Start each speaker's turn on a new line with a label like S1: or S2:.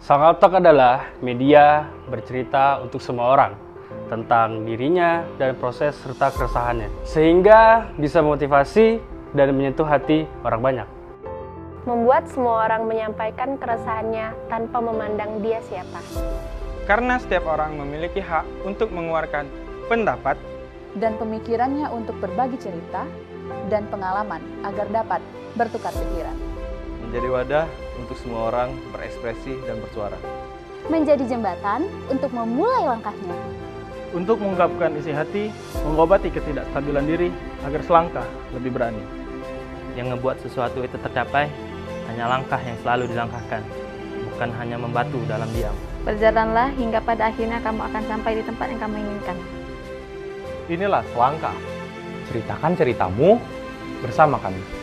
S1: Sangkaltok adalah media bercerita untuk semua orang tentang dirinya dan proses serta keresahannya. Sehingga bisa memotivasi dan menyentuh hati orang banyak.
S2: membuat semua orang menyampaikan keresahannya tanpa memandang dia siapa.
S3: karena setiap orang memiliki hak untuk mengeluarkan pendapat
S4: dan pemikirannya untuk berbagi cerita dan pengalaman agar dapat bertukar pikiran.
S5: menjadi wadah untuk semua orang berekspresi dan bersuara.
S6: menjadi jembatan untuk memulai langkahnya.
S7: untuk mengungkapkan isi hati, mengobati ketidakstabilan diri agar selangkah lebih berani.
S8: yang ngebuat sesuatu itu tercapai hanya langkah yang selalu dilangkahkan, bukan hanya membatu dalam diam.
S9: Berjalanlah hingga pada akhirnya kamu akan sampai di tempat yang kamu inginkan.
S5: Inilah selangkah. Ceritakan ceritamu bersama kami.